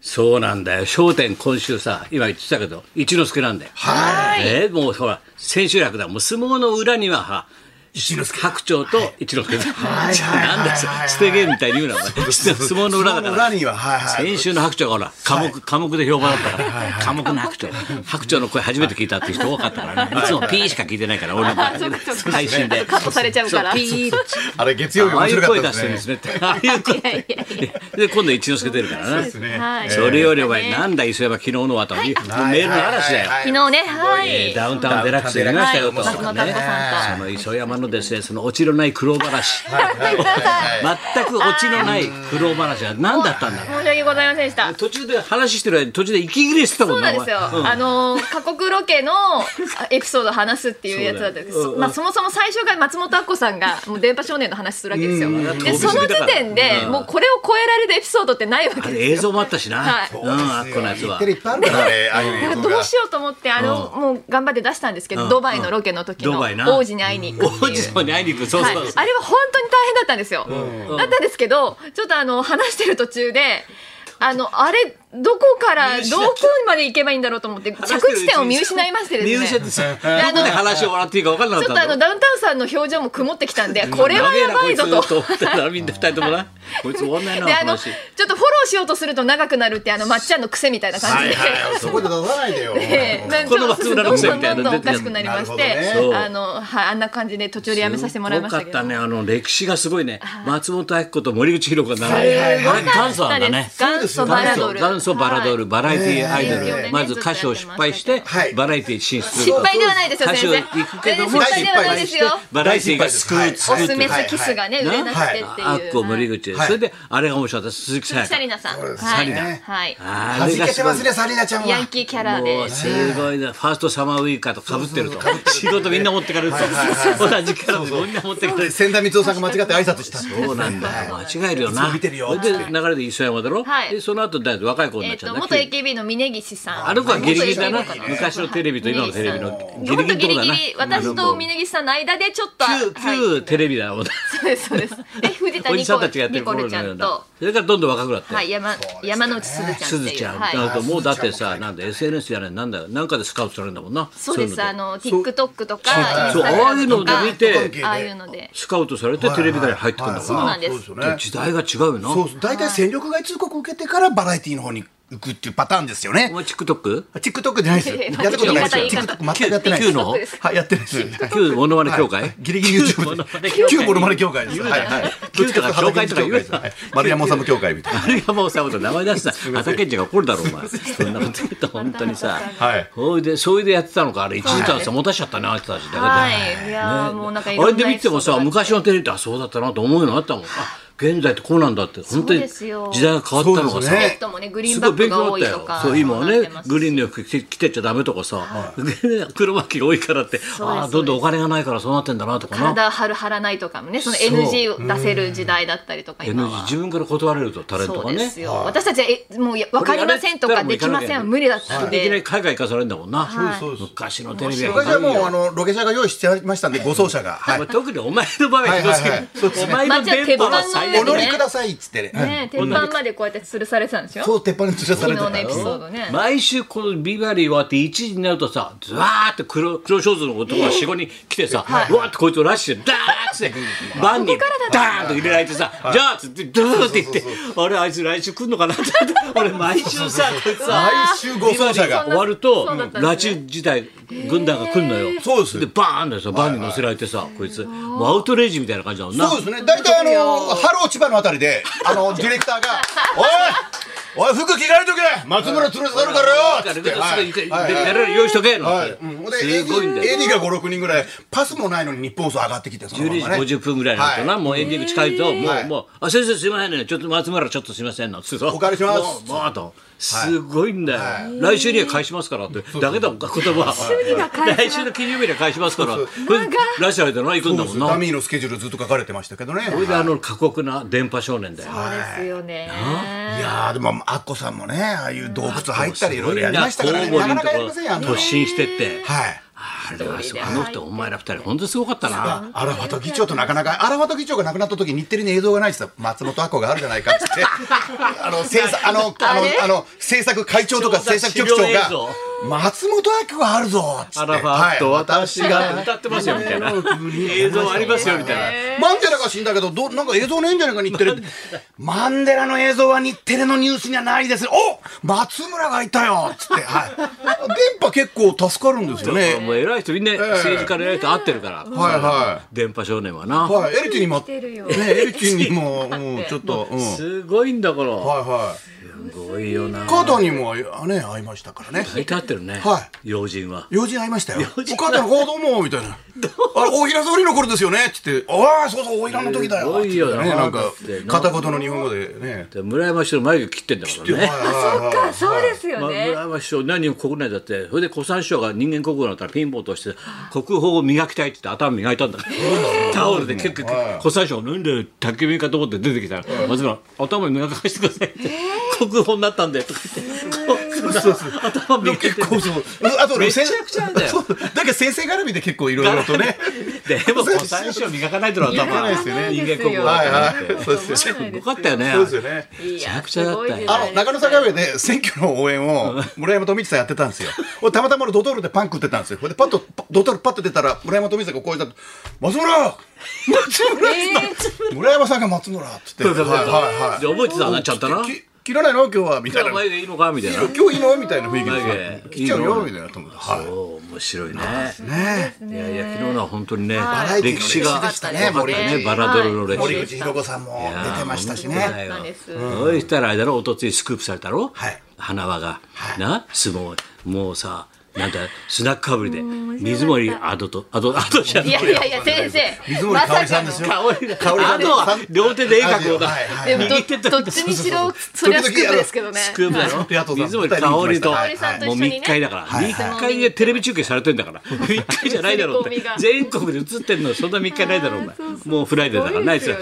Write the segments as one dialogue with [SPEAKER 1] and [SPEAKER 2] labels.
[SPEAKER 1] そうなんだよ。笑点今週さ、今言ってたけど、一之輔なんだよ。はい。えーもうほら、千秋楽だ。もう相撲の裏には、は、
[SPEAKER 2] 一之輔
[SPEAKER 1] 白鳥と一之輔だ。
[SPEAKER 2] いはいはい
[SPEAKER 1] なんだよ、捨て芸みたいに言うな、お前。相撲の裏だから。
[SPEAKER 2] には、はいはい。
[SPEAKER 1] 先週の白鳥がほら、科目、科目で評判だったから、科目の白鳥。白鳥の声初めて聞いたっていう人多かったからね。いつもピーしか聞いてないから、俺の
[SPEAKER 3] そうかそうか
[SPEAKER 1] 配信で。
[SPEAKER 3] カットされちゃう
[SPEAKER 1] そ
[SPEAKER 3] か
[SPEAKER 1] う
[SPEAKER 3] ら。
[SPEAKER 1] ピー
[SPEAKER 3] い
[SPEAKER 1] って
[SPEAKER 2] あれ、月曜
[SPEAKER 1] あ
[SPEAKER 2] 日
[SPEAKER 1] あ
[SPEAKER 2] 面
[SPEAKER 1] いう
[SPEAKER 2] 白か
[SPEAKER 1] 声
[SPEAKER 2] っ
[SPEAKER 1] 出
[SPEAKER 2] た
[SPEAKER 1] してるん
[SPEAKER 2] で
[SPEAKER 1] ですす
[SPEAKER 2] ね。
[SPEAKER 1] ねって。ああいう声。
[SPEAKER 3] やいやいや
[SPEAKER 1] で、今度一之輔出るからな。
[SPEAKER 3] はい
[SPEAKER 1] それよりお前、
[SPEAKER 3] ね
[SPEAKER 1] なんだ磯山昨日の後に、もうメールの嵐だよ。
[SPEAKER 3] 昨日ね、は
[SPEAKER 1] えー
[SPEAKER 3] い。
[SPEAKER 1] ダウンタウンデラックスで見ましたよと、
[SPEAKER 3] はい松本隆さ
[SPEAKER 1] その磯山のですねそのオチのない苦労話
[SPEAKER 3] ごめんなさい
[SPEAKER 1] 全くオチのない苦労話は何だったんだろ
[SPEAKER 3] 申し訳ございませんでした。
[SPEAKER 1] う途中で話してる間に途中で息切れしてたも
[SPEAKER 3] そ
[SPEAKER 1] ん
[SPEAKER 3] うなんですよ、
[SPEAKER 1] お前うん
[SPEAKER 3] あのー過酷ロケのあエピソードを話すっていうやつだったんです
[SPEAKER 1] そうだよ
[SPEAKER 3] そ,、
[SPEAKER 1] うん
[SPEAKER 3] まあ、そもそも最初が松本明子さんがもう電波少年の話するわけですよ、
[SPEAKER 1] ん
[SPEAKER 3] でその時点でもうこれを超えられるエピソードってないわ
[SPEAKER 1] あ
[SPEAKER 3] け
[SPEAKER 1] れ
[SPEAKER 3] で
[SPEAKER 1] 映
[SPEAKER 3] すよ
[SPEAKER 1] 像もあったしな、
[SPEAKER 3] はい
[SPEAKER 1] うんあっこのやつは
[SPEAKER 2] テレビいっぱいあるからね、ああいう
[SPEAKER 3] だから
[SPEAKER 2] 映像
[SPEAKER 3] ど
[SPEAKER 2] が
[SPEAKER 3] う。しようと思ってあの、もう頑張って出したんですけど、
[SPEAKER 1] うん
[SPEAKER 3] ドバイのロケの時
[SPEAKER 1] ド
[SPEAKER 3] の
[SPEAKER 1] バイな
[SPEAKER 3] 王子に会いに行くって
[SPEAKER 1] 王
[SPEAKER 3] いう
[SPEAKER 1] 子。様に会いに行くそう
[SPEAKER 3] は
[SPEAKER 1] そ、
[SPEAKER 3] い
[SPEAKER 1] そ
[SPEAKER 3] う
[SPEAKER 1] う、
[SPEAKER 3] あれは本当に大変だったんですよ、だったんですけどちょっとあの話してる途中であのあれどこからどこまで行けばいいんだろうと思って着地点を見失いまして
[SPEAKER 1] 入社
[SPEAKER 3] です
[SPEAKER 1] で
[SPEAKER 3] ね
[SPEAKER 1] さどこ
[SPEAKER 3] あの
[SPEAKER 1] で話を笑っていいか分からな
[SPEAKER 3] ちょ
[SPEAKER 1] か
[SPEAKER 3] っ
[SPEAKER 1] っ
[SPEAKER 3] と
[SPEAKER 1] た
[SPEAKER 3] あのダウンタウンさんの表情も曇ってきたんでこれはやばいぞ
[SPEAKER 1] 長えなこ。
[SPEAKER 3] と
[SPEAKER 1] いつと思ったらみんな二人とも なこいつ終わんないな
[SPEAKER 3] であの
[SPEAKER 1] 話
[SPEAKER 3] ちょっとフォローしようとすると長くなるってあのまっちゃんの癖みたい な感じで、
[SPEAKER 2] そこで出さない でよ。
[SPEAKER 3] ええなんかちょっと
[SPEAKER 1] この松村の癖みたいなの
[SPEAKER 3] どんどんどんどん
[SPEAKER 1] 出て
[SPEAKER 3] お
[SPEAKER 1] る
[SPEAKER 3] かしくなりまして、
[SPEAKER 2] なるほ
[SPEAKER 1] どね
[SPEAKER 3] あのはいあんな感じで途中でやめさせてもらいましたけ
[SPEAKER 1] すごか
[SPEAKER 3] ど
[SPEAKER 1] ったねあの歴史がすごいね松本明子と森口博子が並んで
[SPEAKER 2] はいはいはい
[SPEAKER 1] あれ元祖なんだね
[SPEAKER 3] 元祖バラドル。
[SPEAKER 1] 元祖バラドル、バラエティアイド
[SPEAKER 3] はい
[SPEAKER 1] ル、
[SPEAKER 3] ね
[SPEAKER 1] まず歌手を失敗して
[SPEAKER 2] はい
[SPEAKER 1] バラエティ進出
[SPEAKER 3] 失敗ではないですよ
[SPEAKER 1] 歌手を
[SPEAKER 3] 先生
[SPEAKER 1] 行くけども
[SPEAKER 3] 全然失敗ではないですよ
[SPEAKER 1] 失敗してバラエティが救
[SPEAKER 2] は
[SPEAKER 1] う
[SPEAKER 2] い
[SPEAKER 3] オ
[SPEAKER 1] 救う
[SPEAKER 3] ス
[SPEAKER 1] とい
[SPEAKER 3] メ
[SPEAKER 1] う
[SPEAKER 3] スキスがね、
[SPEAKER 1] はい
[SPEAKER 3] 売れなくてっていう。
[SPEAKER 1] アッコ森口で
[SPEAKER 2] はい
[SPEAKER 1] それであれが面白かった鈴木さや
[SPEAKER 3] シ
[SPEAKER 1] か
[SPEAKER 3] ャリナさん。はい
[SPEAKER 1] サリナ
[SPEAKER 3] はい。
[SPEAKER 1] あ
[SPEAKER 2] は
[SPEAKER 1] れ
[SPEAKER 2] じ
[SPEAKER 1] が
[SPEAKER 2] け
[SPEAKER 1] す
[SPEAKER 2] て
[SPEAKER 1] ご
[SPEAKER 2] ま
[SPEAKER 1] い
[SPEAKER 2] すね、サリナちゃん
[SPEAKER 3] ヤン
[SPEAKER 2] は。
[SPEAKER 3] キーキャラ
[SPEAKER 1] も
[SPEAKER 3] で
[SPEAKER 1] う。すごいな、ファーストサマーウイカとかぶってると仕事みんな持ってかれると同じキャラでみんな持ってかれる
[SPEAKER 2] 千田光夫さんが間違って挨拶した。
[SPEAKER 1] そうなんだよ。間違えるよな。
[SPEAKER 2] いつも見てるよ
[SPEAKER 1] それで流れで磯山だろ。
[SPEAKER 3] はい
[SPEAKER 1] でその後だ若い子に
[SPEAKER 3] え
[SPEAKER 1] なっ
[SPEAKER 3] っ
[SPEAKER 1] ちゃ
[SPEAKER 3] と
[SPEAKER 1] うんだ。
[SPEAKER 3] 元 AKB の峯岸さん。
[SPEAKER 1] あの子はギリギリだな
[SPEAKER 3] 元 AKB の。
[SPEAKER 1] 昔のテレビと今のテレビのギリ
[SPEAKER 3] ギリ
[SPEAKER 1] ギ
[SPEAKER 3] ギ
[SPEAKER 1] リ
[SPEAKER 3] リ
[SPEAKER 1] どうだな。
[SPEAKER 3] 私と峯岸さんの間でちょっと。
[SPEAKER 1] 旧
[SPEAKER 3] はい
[SPEAKER 1] 旧テレビ だもんな。
[SPEAKER 3] そうですそうです。で藤田
[SPEAKER 1] お
[SPEAKER 3] ニ
[SPEAKER 1] じさんたちがやっ
[SPEAKER 3] コ
[SPEAKER 1] て
[SPEAKER 3] ニ
[SPEAKER 1] る
[SPEAKER 3] コ
[SPEAKER 1] 頃
[SPEAKER 3] ル
[SPEAKER 1] の
[SPEAKER 3] ちゃ
[SPEAKER 1] ようんな
[SPEAKER 3] と。。
[SPEAKER 1] それからどんどん若くなって
[SPEAKER 3] は。い山山之内すずちゃんって
[SPEAKER 1] すず
[SPEAKER 3] い
[SPEAKER 1] ち
[SPEAKER 3] う。
[SPEAKER 1] ゃん、
[SPEAKER 3] はい。
[SPEAKER 1] あともうだってさ、なんで SNS じゃない、なんだよ、なんかでスカウトされるんだもんな。
[SPEAKER 3] そうです
[SPEAKER 1] いの
[SPEAKER 3] あの TikTok とか
[SPEAKER 1] そう
[SPEAKER 3] Instagram
[SPEAKER 1] ああいうの
[SPEAKER 3] と
[SPEAKER 1] で
[SPEAKER 3] か
[SPEAKER 1] 見て
[SPEAKER 3] ああいうので。
[SPEAKER 1] スカウトされてテレビ台に入ってくるんだ
[SPEAKER 3] そう
[SPEAKER 1] か
[SPEAKER 3] なんです
[SPEAKER 2] そう
[SPEAKER 1] ら。
[SPEAKER 2] ね
[SPEAKER 1] 時代が違うよな。
[SPEAKER 2] そうそう大体戦力外通告を受けてからバラエティの方に行くっていうパターンですよね
[SPEAKER 1] お。前 TikTok？
[SPEAKER 2] TikTok じゃないですよ。
[SPEAKER 3] いやいや
[SPEAKER 2] やったことないですよ。
[SPEAKER 3] 言い方言
[SPEAKER 2] TikTok
[SPEAKER 3] い
[SPEAKER 2] 全くやってないです。
[SPEAKER 1] 旧の
[SPEAKER 2] はい、やってないです。
[SPEAKER 1] 旧モノマネ協会、
[SPEAKER 2] はいギリギリ YouTube で。旧モノマネ協会です。はいはい。
[SPEAKER 1] 旧とか紹介とか言うな
[SPEAKER 2] どっちかというとはい丸山治協会みたいな。
[SPEAKER 1] あれがもうさ、名前出したら、畑健二が怒るだろ、お前。そんなこと言ったら、本当にさ。
[SPEAKER 2] はい
[SPEAKER 1] ほいで、それでやってたのか、あれ、1時間さ、持たしちゃったな、あいつたちだけど。あ
[SPEAKER 3] はい。いやーもうなんかいろんな
[SPEAKER 1] れで見てもさ、
[SPEAKER 3] エピソードがあっ
[SPEAKER 1] 昔
[SPEAKER 3] て
[SPEAKER 1] のテレビって、あ、そうだったなと思うのあったもん。あ、現在ってこうなんだって、本当
[SPEAKER 3] そう
[SPEAKER 1] に
[SPEAKER 3] ですよ
[SPEAKER 1] 時代が変わったの
[SPEAKER 2] そ
[SPEAKER 1] が
[SPEAKER 2] うです
[SPEAKER 1] さ
[SPEAKER 2] ね。
[SPEAKER 3] ペットもねグリー
[SPEAKER 1] す
[SPEAKER 3] ンバ
[SPEAKER 1] ご
[SPEAKER 3] ッ
[SPEAKER 1] い勉
[SPEAKER 3] クが
[SPEAKER 1] 強
[SPEAKER 3] 多い
[SPEAKER 1] になっ
[SPEAKER 3] と
[SPEAKER 1] た
[SPEAKER 3] か
[SPEAKER 1] よ。そう今はね
[SPEAKER 3] なってますし
[SPEAKER 1] グリーンの服着てっちゃダメとかさ、黒巻きが多いからって、ああどんどんお金がないからそうなってんだなとかな。
[SPEAKER 3] 体張る張らないとかもねその
[SPEAKER 1] そう
[SPEAKER 3] NG を出せる時代だったりとか今
[SPEAKER 1] NG
[SPEAKER 3] は。
[SPEAKER 1] 自分から断れるとタレント
[SPEAKER 3] そ
[SPEAKER 1] が
[SPEAKER 3] うで
[SPEAKER 1] ね
[SPEAKER 3] す。よ、私たちはえもうや分かりませんとかできませんは無理だったん
[SPEAKER 1] いきなり
[SPEAKER 3] で、
[SPEAKER 1] 海外行かされるんだもんな、
[SPEAKER 3] はい
[SPEAKER 2] そうですそうです
[SPEAKER 1] 昔のテレビ
[SPEAKER 2] 昔はもうあ
[SPEAKER 1] は
[SPEAKER 2] のロケ車が用意してありましたんでご奏者が。はい。
[SPEAKER 1] もう特にお前の場合はひどすぎる、
[SPEAKER 2] はいはいはいそうですね
[SPEAKER 1] お前の電波は最
[SPEAKER 2] お
[SPEAKER 1] 悪
[SPEAKER 2] 乗
[SPEAKER 1] だ
[SPEAKER 2] り
[SPEAKER 1] よ
[SPEAKER 2] くださいっつってね。うん
[SPEAKER 3] ね、鉄板までこうやって吊るされてたんでしょ
[SPEAKER 2] そう鉄板に吊るされてた
[SPEAKER 3] 昨日のエピソードね
[SPEAKER 1] 毎週このビバリー終わって1時になるとさずわーって黒黒ショーツの男が45人来てさ、うわーってこいつをラッシュでダーッつってバンにダーンと入れられてさ、じゃあっつってドゥーって言ってあれあいつ来週来んのかなって俺毎週さこいつさ
[SPEAKER 2] 毎週ご奏者が。
[SPEAKER 1] 終わると
[SPEAKER 3] そうだったんですね
[SPEAKER 1] 拉致時代軍団が来るのよ
[SPEAKER 2] そうです
[SPEAKER 1] でバーンだよさバンに乗せられてさこいつもうアウトレイジみたいな感じだもんな
[SPEAKER 2] そうですね。大体あの、ハロー千葉のあたりで、あの、ディレクター が、おいおい、服着替えとけ松村連れ去るからよつって。はい
[SPEAKER 1] で
[SPEAKER 2] はい
[SPEAKER 1] やれる用意しとけの
[SPEAKER 2] は
[SPEAKER 1] っ
[SPEAKER 2] い
[SPEAKER 1] て、
[SPEAKER 2] うん、で、
[SPEAKER 1] すごいんだよ
[SPEAKER 2] AD, AD が5、6人ぐらい、パスもないのに日本放送上がってきて、そのままね
[SPEAKER 1] 12時50分ぐらいになるとな、
[SPEAKER 2] は
[SPEAKER 1] もうエンディング近いと、も
[SPEAKER 2] は
[SPEAKER 1] う、
[SPEAKER 2] い
[SPEAKER 1] もう、あ、先生すいませんね、ちょっと松村ちょっとすいませんな、つうと
[SPEAKER 2] お借りします
[SPEAKER 1] もう、もうと。すごいんだよ、来週には返しますからって、だけだもんか、言葉は。来週の金曜日には返しますから。これ来週の間な、行くんだもん
[SPEAKER 2] ダ
[SPEAKER 1] な。
[SPEAKER 2] ミーのスケジュールずっと書かれてましたけどね。
[SPEAKER 1] それであの過酷な電波少年だよ。
[SPEAKER 3] そうですよね
[SPEAKER 2] いやー、でも、アッコさんもね、ああいう洞窟入ったりいろいろやりましたからね。
[SPEAKER 1] すごい
[SPEAKER 2] な
[SPEAKER 1] な
[SPEAKER 2] かなかやりませんよ、あんなの
[SPEAKER 1] 突進してって。
[SPEAKER 2] はい。
[SPEAKER 1] あれはあの人お前ら二人本当にすごかったな
[SPEAKER 2] あらわと議長となかなか、あらわと議長が亡くなった時日テレに映像がないって言ったら、松本明子があるじゃな いかって言って、あの、制作、あの、あの、あの、制作会長とか制作局長
[SPEAKER 1] 資料映
[SPEAKER 2] が
[SPEAKER 1] 像、
[SPEAKER 2] 松本明子があるぞっつって。
[SPEAKER 1] アラファーと私
[SPEAKER 2] はい
[SPEAKER 1] が歌ってますよみたいな映像ありますよみたいな
[SPEAKER 2] マンデラが死んだけど、どうなんか映像ないんじゃないか、日テレって。マンデラの映像は日テレのニュースにはないです。お松村がいたよつって、はい。電波結構助かるんですよね。
[SPEAKER 1] もう偉い人みんな政治家の偉い人合ってるから
[SPEAKER 2] はいは。
[SPEAKER 1] 電波少年はいな
[SPEAKER 2] はい、エリキにも、ね、
[SPEAKER 3] てるよ
[SPEAKER 2] エリキにも、もうちょっと、うん。はい
[SPEAKER 1] すごいんだから
[SPEAKER 2] は。
[SPEAKER 1] すごいよない
[SPEAKER 2] カーターにも、ね、会いましたからね。
[SPEAKER 1] 大体合ってるね
[SPEAKER 2] は
[SPEAKER 1] 要人は
[SPEAKER 2] 用事会いましたよ。お
[SPEAKER 1] 人
[SPEAKER 2] 母さん、こうどうも、みたいな。あれ、大平総理の頃ですよねって言って、ああ、そうそう、大平の時だよ。
[SPEAKER 1] すごいよ
[SPEAKER 2] ってね、
[SPEAKER 1] な
[SPEAKER 2] なんん
[SPEAKER 1] か
[SPEAKER 2] か、片言の日本語でね。
[SPEAKER 1] で村山氏の眉毛切ってんだからね
[SPEAKER 3] そっかそうです
[SPEAKER 1] ま
[SPEAKER 3] よ
[SPEAKER 1] あ、
[SPEAKER 3] ね、
[SPEAKER 1] 村山首相何人も国内だってそれで古参首相が人間国宝だったらピンポンとして国宝を磨きたいって言って頭磨いたんだタオルで結局古参首相がなんで宅急便かと思って出てきたら松村頭磨かしてくださいって国宝になったんでとか言ってこう頭磨いて
[SPEAKER 2] 結構そう。あと、
[SPEAKER 1] めちゃくちゃだよ
[SPEAKER 2] そうだけど先生絡みで結構いろいろとね。
[SPEAKER 1] でも古参首相磨かないと頭
[SPEAKER 2] 磨かないですよね
[SPEAKER 1] 人間国宝
[SPEAKER 2] はい
[SPEAKER 1] だっ
[SPEAKER 2] は
[SPEAKER 1] たん
[SPEAKER 2] い。そうですよね。
[SPEAKER 1] よかったよね
[SPEAKER 2] そうですよね。
[SPEAKER 3] め
[SPEAKER 1] ちゃくちゃだったよ
[SPEAKER 2] あの中野坂上で選挙の応援を村山富一さんやってたんですよ。俺たまたま俺ドトールでパン食ってたんですよ。ほんでパッとパドトールパッと出たら村山富一さんがこう言ったと松村村山さんが松村っつって。はい
[SPEAKER 1] そうそう
[SPEAKER 2] はい
[SPEAKER 1] で
[SPEAKER 2] は。
[SPEAKER 1] 覚えてたなちゃんとない
[SPEAKER 2] き切らないの今日はみたいな。
[SPEAKER 1] 眉毛いいのかみたいな
[SPEAKER 2] 今日いいのみたいな雰囲気で
[SPEAKER 1] 眉毛
[SPEAKER 2] 切っちゃうよみたいなと思って。は
[SPEAKER 1] おー面白いね
[SPEAKER 2] い。ねえ。
[SPEAKER 1] いやいや昨日のは本当にね
[SPEAKER 2] バラエティの
[SPEAKER 1] 歴
[SPEAKER 2] 歴
[SPEAKER 1] 史
[SPEAKER 2] 史
[SPEAKER 1] が
[SPEAKER 2] で
[SPEAKER 1] 分
[SPEAKER 2] し
[SPEAKER 1] か
[SPEAKER 2] た
[SPEAKER 1] っ
[SPEAKER 2] ね
[SPEAKER 1] た
[SPEAKER 2] 森
[SPEAKER 1] ねバラドルの歴
[SPEAKER 2] 森
[SPEAKER 1] 史
[SPEAKER 2] 口博子さんも出てましたし
[SPEAKER 1] いやー
[SPEAKER 2] ね。
[SPEAKER 3] そうなんです
[SPEAKER 1] そうしたらあれだろ一昨日スクープされたろ、
[SPEAKER 2] はい
[SPEAKER 1] 花輪が、
[SPEAKER 2] はい
[SPEAKER 1] な相撲もうさなんだスナックかぶりで水森アドとアドアドじゃない
[SPEAKER 3] いやいやいや先生
[SPEAKER 2] 水森かおりさんで
[SPEAKER 3] ますさ
[SPEAKER 2] よ。
[SPEAKER 1] 香り
[SPEAKER 2] 香織
[SPEAKER 1] アドは両手で絵描くのだ、
[SPEAKER 2] はいはい
[SPEAKER 3] でもど
[SPEAKER 1] 右手と
[SPEAKER 3] どっちにしろそれはスクープですけど ね
[SPEAKER 1] スクープだ
[SPEAKER 2] は
[SPEAKER 1] ろ
[SPEAKER 2] いピアトさん
[SPEAKER 1] 水森かおりと
[SPEAKER 2] はい
[SPEAKER 3] はい
[SPEAKER 1] もう密会だから、
[SPEAKER 2] はいはい
[SPEAKER 1] 密会でテレビ中継されてんだから密会じゃないだろうっ
[SPEAKER 3] 刷り込み
[SPEAKER 1] て
[SPEAKER 3] が
[SPEAKER 1] 全国で映ってんのそんな密会ないだろうお前もうフライデーだからないですよ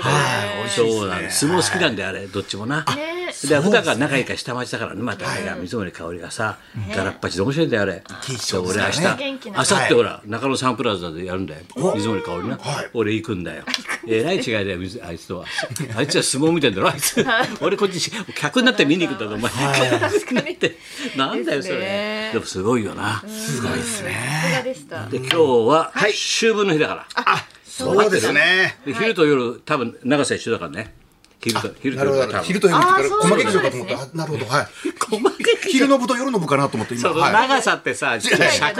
[SPEAKER 3] すごい
[SPEAKER 2] よね
[SPEAKER 3] です
[SPEAKER 1] そうなんです相撲好きなんであれどっちもな、
[SPEAKER 3] ね
[SPEAKER 1] で普段から仲いいから下町だからねまたあれが水森かおりがさガラッパチで面白いんだよあれ
[SPEAKER 2] いいシ
[SPEAKER 1] そう
[SPEAKER 2] ョーです
[SPEAKER 1] 俺明
[SPEAKER 2] よね
[SPEAKER 1] 日
[SPEAKER 3] 元気な
[SPEAKER 1] 明後日ほら中野サンプラザでやるんだよ水森かおりな
[SPEAKER 2] はい
[SPEAKER 1] 俺行くんだよえらい違いだよ水あいつとは あいつは相撲見てんだろあいつ俺こっち客になって見に行くんだぞお前客になってなんだよそ
[SPEAKER 3] で
[SPEAKER 1] れ
[SPEAKER 3] すね
[SPEAKER 1] でもすごいよな
[SPEAKER 2] すごいですね。
[SPEAKER 3] さすがでした
[SPEAKER 1] で今日は秋分の日だから
[SPEAKER 2] そうですね。
[SPEAKER 1] で昼と夜多分長さ一緒だからね昼と昼と
[SPEAKER 2] なるほ
[SPEAKER 1] 夜
[SPEAKER 2] ど
[SPEAKER 1] は多分
[SPEAKER 2] 昼と夜の部
[SPEAKER 3] あー
[SPEAKER 2] から
[SPEAKER 3] そう
[SPEAKER 2] 細
[SPEAKER 3] なん
[SPEAKER 2] け
[SPEAKER 3] です
[SPEAKER 2] く
[SPEAKER 3] ね
[SPEAKER 2] かと思った。あなるほどはい。
[SPEAKER 1] 細かい
[SPEAKER 2] 昼の部と夜の部かなと思って今
[SPEAKER 1] そう
[SPEAKER 2] はい。
[SPEAKER 1] 長さってさ尺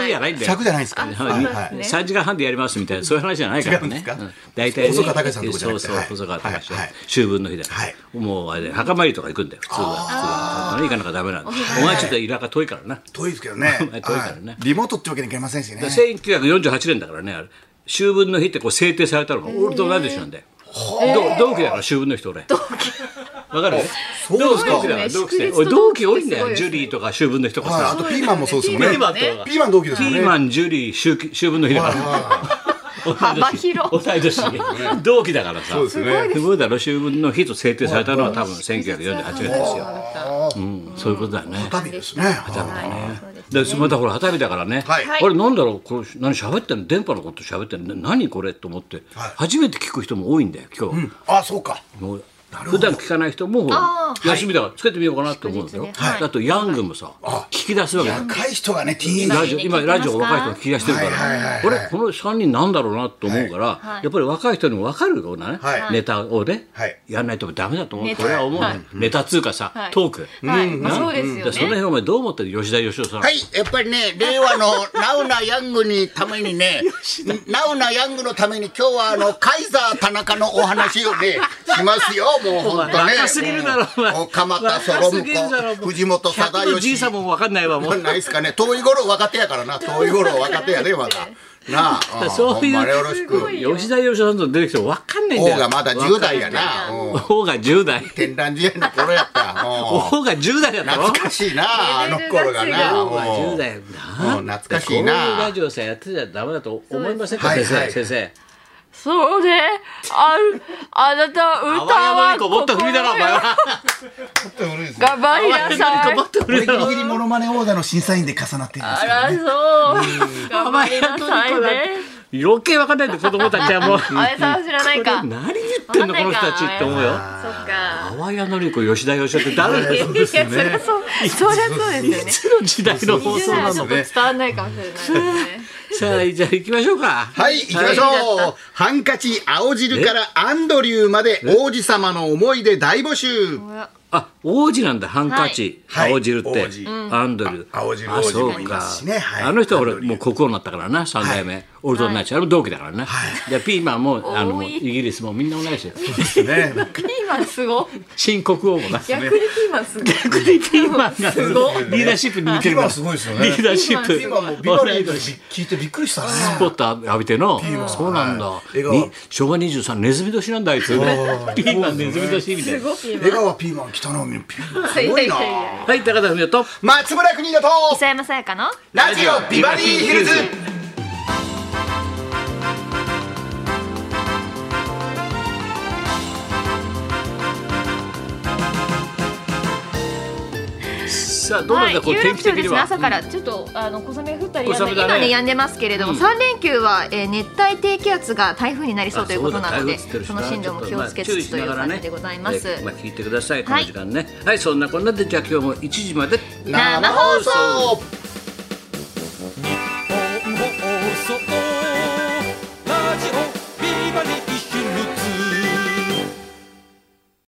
[SPEAKER 1] じゃないんだよ
[SPEAKER 2] 尺じゃないですか。はい
[SPEAKER 3] そうなんですね
[SPEAKER 2] はい。
[SPEAKER 1] 3時間半でやりますみたいなそういう話じゃないから
[SPEAKER 2] 違うんで
[SPEAKER 1] ね
[SPEAKER 2] すか
[SPEAKER 1] うん大体ね
[SPEAKER 2] 細川たかしさんのとこじ
[SPEAKER 1] そ
[SPEAKER 2] ゃな
[SPEAKER 1] う
[SPEAKER 2] くて
[SPEAKER 1] そう
[SPEAKER 2] はい
[SPEAKER 1] 細川たかし
[SPEAKER 2] はいはい
[SPEAKER 1] 秋分の日だ
[SPEAKER 2] はい
[SPEAKER 1] もうあれ墓参りとか行くんだよ普通は普通はね行かなきゃダメなんだお前ちょっと田舎遠いからな
[SPEAKER 2] 遠いです けどね。
[SPEAKER 1] 遠いからね
[SPEAKER 2] はいリモートってわけにいけませんしね。
[SPEAKER 1] 1948年だからねあれ秋分の日ってこう制定されたのが俺と同じ年なんでど同期だから秋分の日と俺同期わかる
[SPEAKER 2] そうですか
[SPEAKER 1] 同期だから同期で
[SPEAKER 3] 祝日と同期
[SPEAKER 1] 俺同期多いんだ
[SPEAKER 3] すごい
[SPEAKER 1] よ
[SPEAKER 3] です
[SPEAKER 1] ジュ
[SPEAKER 3] ね
[SPEAKER 1] リーとか秋分の日とか
[SPEAKER 2] はい。あ
[SPEAKER 1] さ
[SPEAKER 2] とピーマンもそうですもん
[SPEAKER 1] ピ
[SPEAKER 2] ね。
[SPEAKER 1] ーマンとか
[SPEAKER 2] ピーマン同期です
[SPEAKER 1] ピ
[SPEAKER 2] もんね。
[SPEAKER 1] ーマンジュリー秋秋分の日だから
[SPEAKER 3] 幅広
[SPEAKER 1] 同い年同期だからさ
[SPEAKER 2] そうですね。
[SPEAKER 1] すごいだろ秋分の日と制定されたのは多分1948年ですよ、うん、そういうことだよね
[SPEAKER 2] 旅ですね。
[SPEAKER 1] でまたほら旗日だからね、
[SPEAKER 2] はい
[SPEAKER 1] あれなんだろうこれ何喋ってんの電波のこと喋ってんの何これと思って、
[SPEAKER 2] はい
[SPEAKER 1] 初めて聞く人も多いんだよ今日、
[SPEAKER 2] あそうか。
[SPEAKER 1] もう普段聞かない人もほら
[SPEAKER 3] あ
[SPEAKER 1] 休みだからつけてみようかなと思うんだよ、
[SPEAKER 3] 祝日ねはい
[SPEAKER 1] あとヤングもさ聞き出すわけだよ
[SPEAKER 2] 若い人がねティーンエイジャー
[SPEAKER 1] ラジオ今ラジオ若い人が聞き出してるから、
[SPEAKER 2] はいはいはいはい
[SPEAKER 1] これこの3人なんだろうなと思うから、
[SPEAKER 3] い
[SPEAKER 1] やっぱり若い人にも分かるようなね、
[SPEAKER 2] はい
[SPEAKER 1] ネタをね、
[SPEAKER 2] はい
[SPEAKER 1] やらないとダメだと思う
[SPEAKER 3] ネタ
[SPEAKER 1] これは思う、ねネタ通過さ、
[SPEAKER 3] はい
[SPEAKER 1] トーク、
[SPEAKER 3] はいまあそうです
[SPEAKER 1] じゃあその
[SPEAKER 3] よね
[SPEAKER 1] 辺お前どう思ってる吉田義雄さん、
[SPEAKER 4] はい、やっぱりね、令和のナウなヤングにためにね、ナウなヤングのために今日はあの、カイザー田中のお話をね、しますよ、もう本当ね。
[SPEAKER 1] 若すぎるだろお前
[SPEAKER 4] もう鎌田ソロ
[SPEAKER 1] 若すぎるだろ
[SPEAKER 4] ムコ、藤本
[SPEAKER 1] 100
[SPEAKER 4] 貞
[SPEAKER 1] のじい
[SPEAKER 4] 義
[SPEAKER 1] さ。んも分かんないわもう
[SPEAKER 4] ないですかね、遠い頃若手やからな、遠い頃若手やで、まだ。なあ、
[SPEAKER 1] そういう
[SPEAKER 4] ほんまよろしく。
[SPEAKER 1] 吉田洋さんと出てきても分かんないんだよ
[SPEAKER 4] 王がまだ10代やな。うん
[SPEAKER 1] 王が10代
[SPEAKER 4] 天覧試合の頃やった。 うん
[SPEAKER 1] 王が10代だったろ
[SPEAKER 4] 懐かしいな、あの頃がな。
[SPEAKER 1] 王が10代
[SPEAKER 4] う
[SPEAKER 1] なん
[SPEAKER 4] 懐かしいな
[SPEAKER 1] こういうラジオさやってちゃダメだと思いませんか
[SPEAKER 2] そうで
[SPEAKER 1] 先生
[SPEAKER 2] すはいはい
[SPEAKER 1] 先生
[SPEAKER 3] そうねあるあなたは歌
[SPEAKER 1] 淡山
[SPEAKER 3] は
[SPEAKER 1] にこもっと振りだろお前は
[SPEAKER 2] ちょっと古いですね
[SPEAKER 3] 頑張りな
[SPEAKER 1] 淡山
[SPEAKER 3] さ
[SPEAKER 1] に
[SPEAKER 3] い
[SPEAKER 1] こもっと振
[SPEAKER 2] 俺
[SPEAKER 1] りだ
[SPEAKER 2] ギリ
[SPEAKER 1] ろ
[SPEAKER 2] ギリモノマネ王座の審査員で重なっていま
[SPEAKER 3] あ
[SPEAKER 2] す
[SPEAKER 3] らそう頑張りなさいね
[SPEAKER 1] 余計わかんないんだ子供たちは もう
[SPEAKER 3] あやさんは知らないか
[SPEAKER 1] これ何言ってんのこの人たちって思うよ
[SPEAKER 3] そっか
[SPEAKER 1] 淡谷のり子吉田よしって誰だ
[SPEAKER 3] い
[SPEAKER 1] よ
[SPEAKER 3] やそりゃそうそりゃそうですよ
[SPEAKER 1] い
[SPEAKER 3] ね
[SPEAKER 1] つの時代の放
[SPEAKER 3] 20
[SPEAKER 1] 送
[SPEAKER 3] 代
[SPEAKER 1] なの
[SPEAKER 3] はちょっと伝わんないかもしれないですね
[SPEAKER 1] さあじゃあ行きましょうかは
[SPEAKER 4] はい、行きましょう、ハンカチ、青汁からアンドリューまで王子様の思い出大募集
[SPEAKER 3] ほら
[SPEAKER 1] あ王子なんだハンカチ、
[SPEAKER 2] はい
[SPEAKER 1] 青汁って、
[SPEAKER 2] はい王子
[SPEAKER 1] アンドル
[SPEAKER 2] あ青汁
[SPEAKER 1] あ
[SPEAKER 2] 王子
[SPEAKER 1] そう
[SPEAKER 2] もい
[SPEAKER 1] か
[SPEAKER 2] ますしねはい
[SPEAKER 1] あの人は俺もう国王になったからな三代目、俺と同じあれも同期だからね、でピーマンもあの
[SPEAKER 3] 多い
[SPEAKER 1] イギリスもみんな同じですよ
[SPEAKER 2] ね
[SPEAKER 3] ピーマンすご
[SPEAKER 1] 新国王もな
[SPEAKER 3] 逆にピーマンすご
[SPEAKER 1] 逆にピーマンが
[SPEAKER 3] すご
[SPEAKER 1] リーダーシップに似て
[SPEAKER 2] ピ
[SPEAKER 1] る
[SPEAKER 2] ー
[SPEAKER 1] から
[SPEAKER 2] マンすごいですよ
[SPEAKER 1] リ
[SPEAKER 2] ね
[SPEAKER 1] ーダーシップ
[SPEAKER 3] ピー
[SPEAKER 2] 今もうビバリーアイドル聞いてびっくりしたね
[SPEAKER 1] スポット浴びてのそうなんだ、
[SPEAKER 2] はい笑顔
[SPEAKER 1] に昭和23ネズミ年なんだあいつピーマンネズミ年みたいな
[SPEAKER 3] ピーマ
[SPEAKER 2] 笑
[SPEAKER 3] ン
[SPEAKER 2] 顔はピーマン北の海のピーマン
[SPEAKER 3] い
[SPEAKER 2] す
[SPEAKER 3] や
[SPEAKER 2] ごい
[SPEAKER 3] い
[SPEAKER 2] な
[SPEAKER 3] やいや
[SPEAKER 1] はい高田文夫と
[SPEAKER 4] 松村邦人と
[SPEAKER 3] 磯山さやかの
[SPEAKER 4] ラジオビバリーヒルズ
[SPEAKER 1] さあどうなんだ、こう
[SPEAKER 3] 有
[SPEAKER 1] 天
[SPEAKER 3] 楽
[SPEAKER 1] 気的
[SPEAKER 3] 町で
[SPEAKER 1] に
[SPEAKER 3] すね
[SPEAKER 1] は
[SPEAKER 3] 朝からちょっとあの小雨降ったりやん
[SPEAKER 1] 小
[SPEAKER 3] だり
[SPEAKER 1] 雨だね
[SPEAKER 3] 今ね止んでますけれども、三連休は、えー、熱帯低気圧が台風になりそうということなので
[SPEAKER 1] あそうだ台風映ってるし
[SPEAKER 3] その進路も気をつけ
[SPEAKER 1] ちょっ
[SPEAKER 3] つつという感じでござい
[SPEAKER 1] まあ
[SPEAKER 3] ます、
[SPEAKER 1] 注意しながらねえーまあ、聞いてくださいこの
[SPEAKER 3] はい
[SPEAKER 1] 時間ねはい、そんなこんなでじゃあ今日も1時まで
[SPEAKER 3] 生放送
[SPEAKER 4] 生放送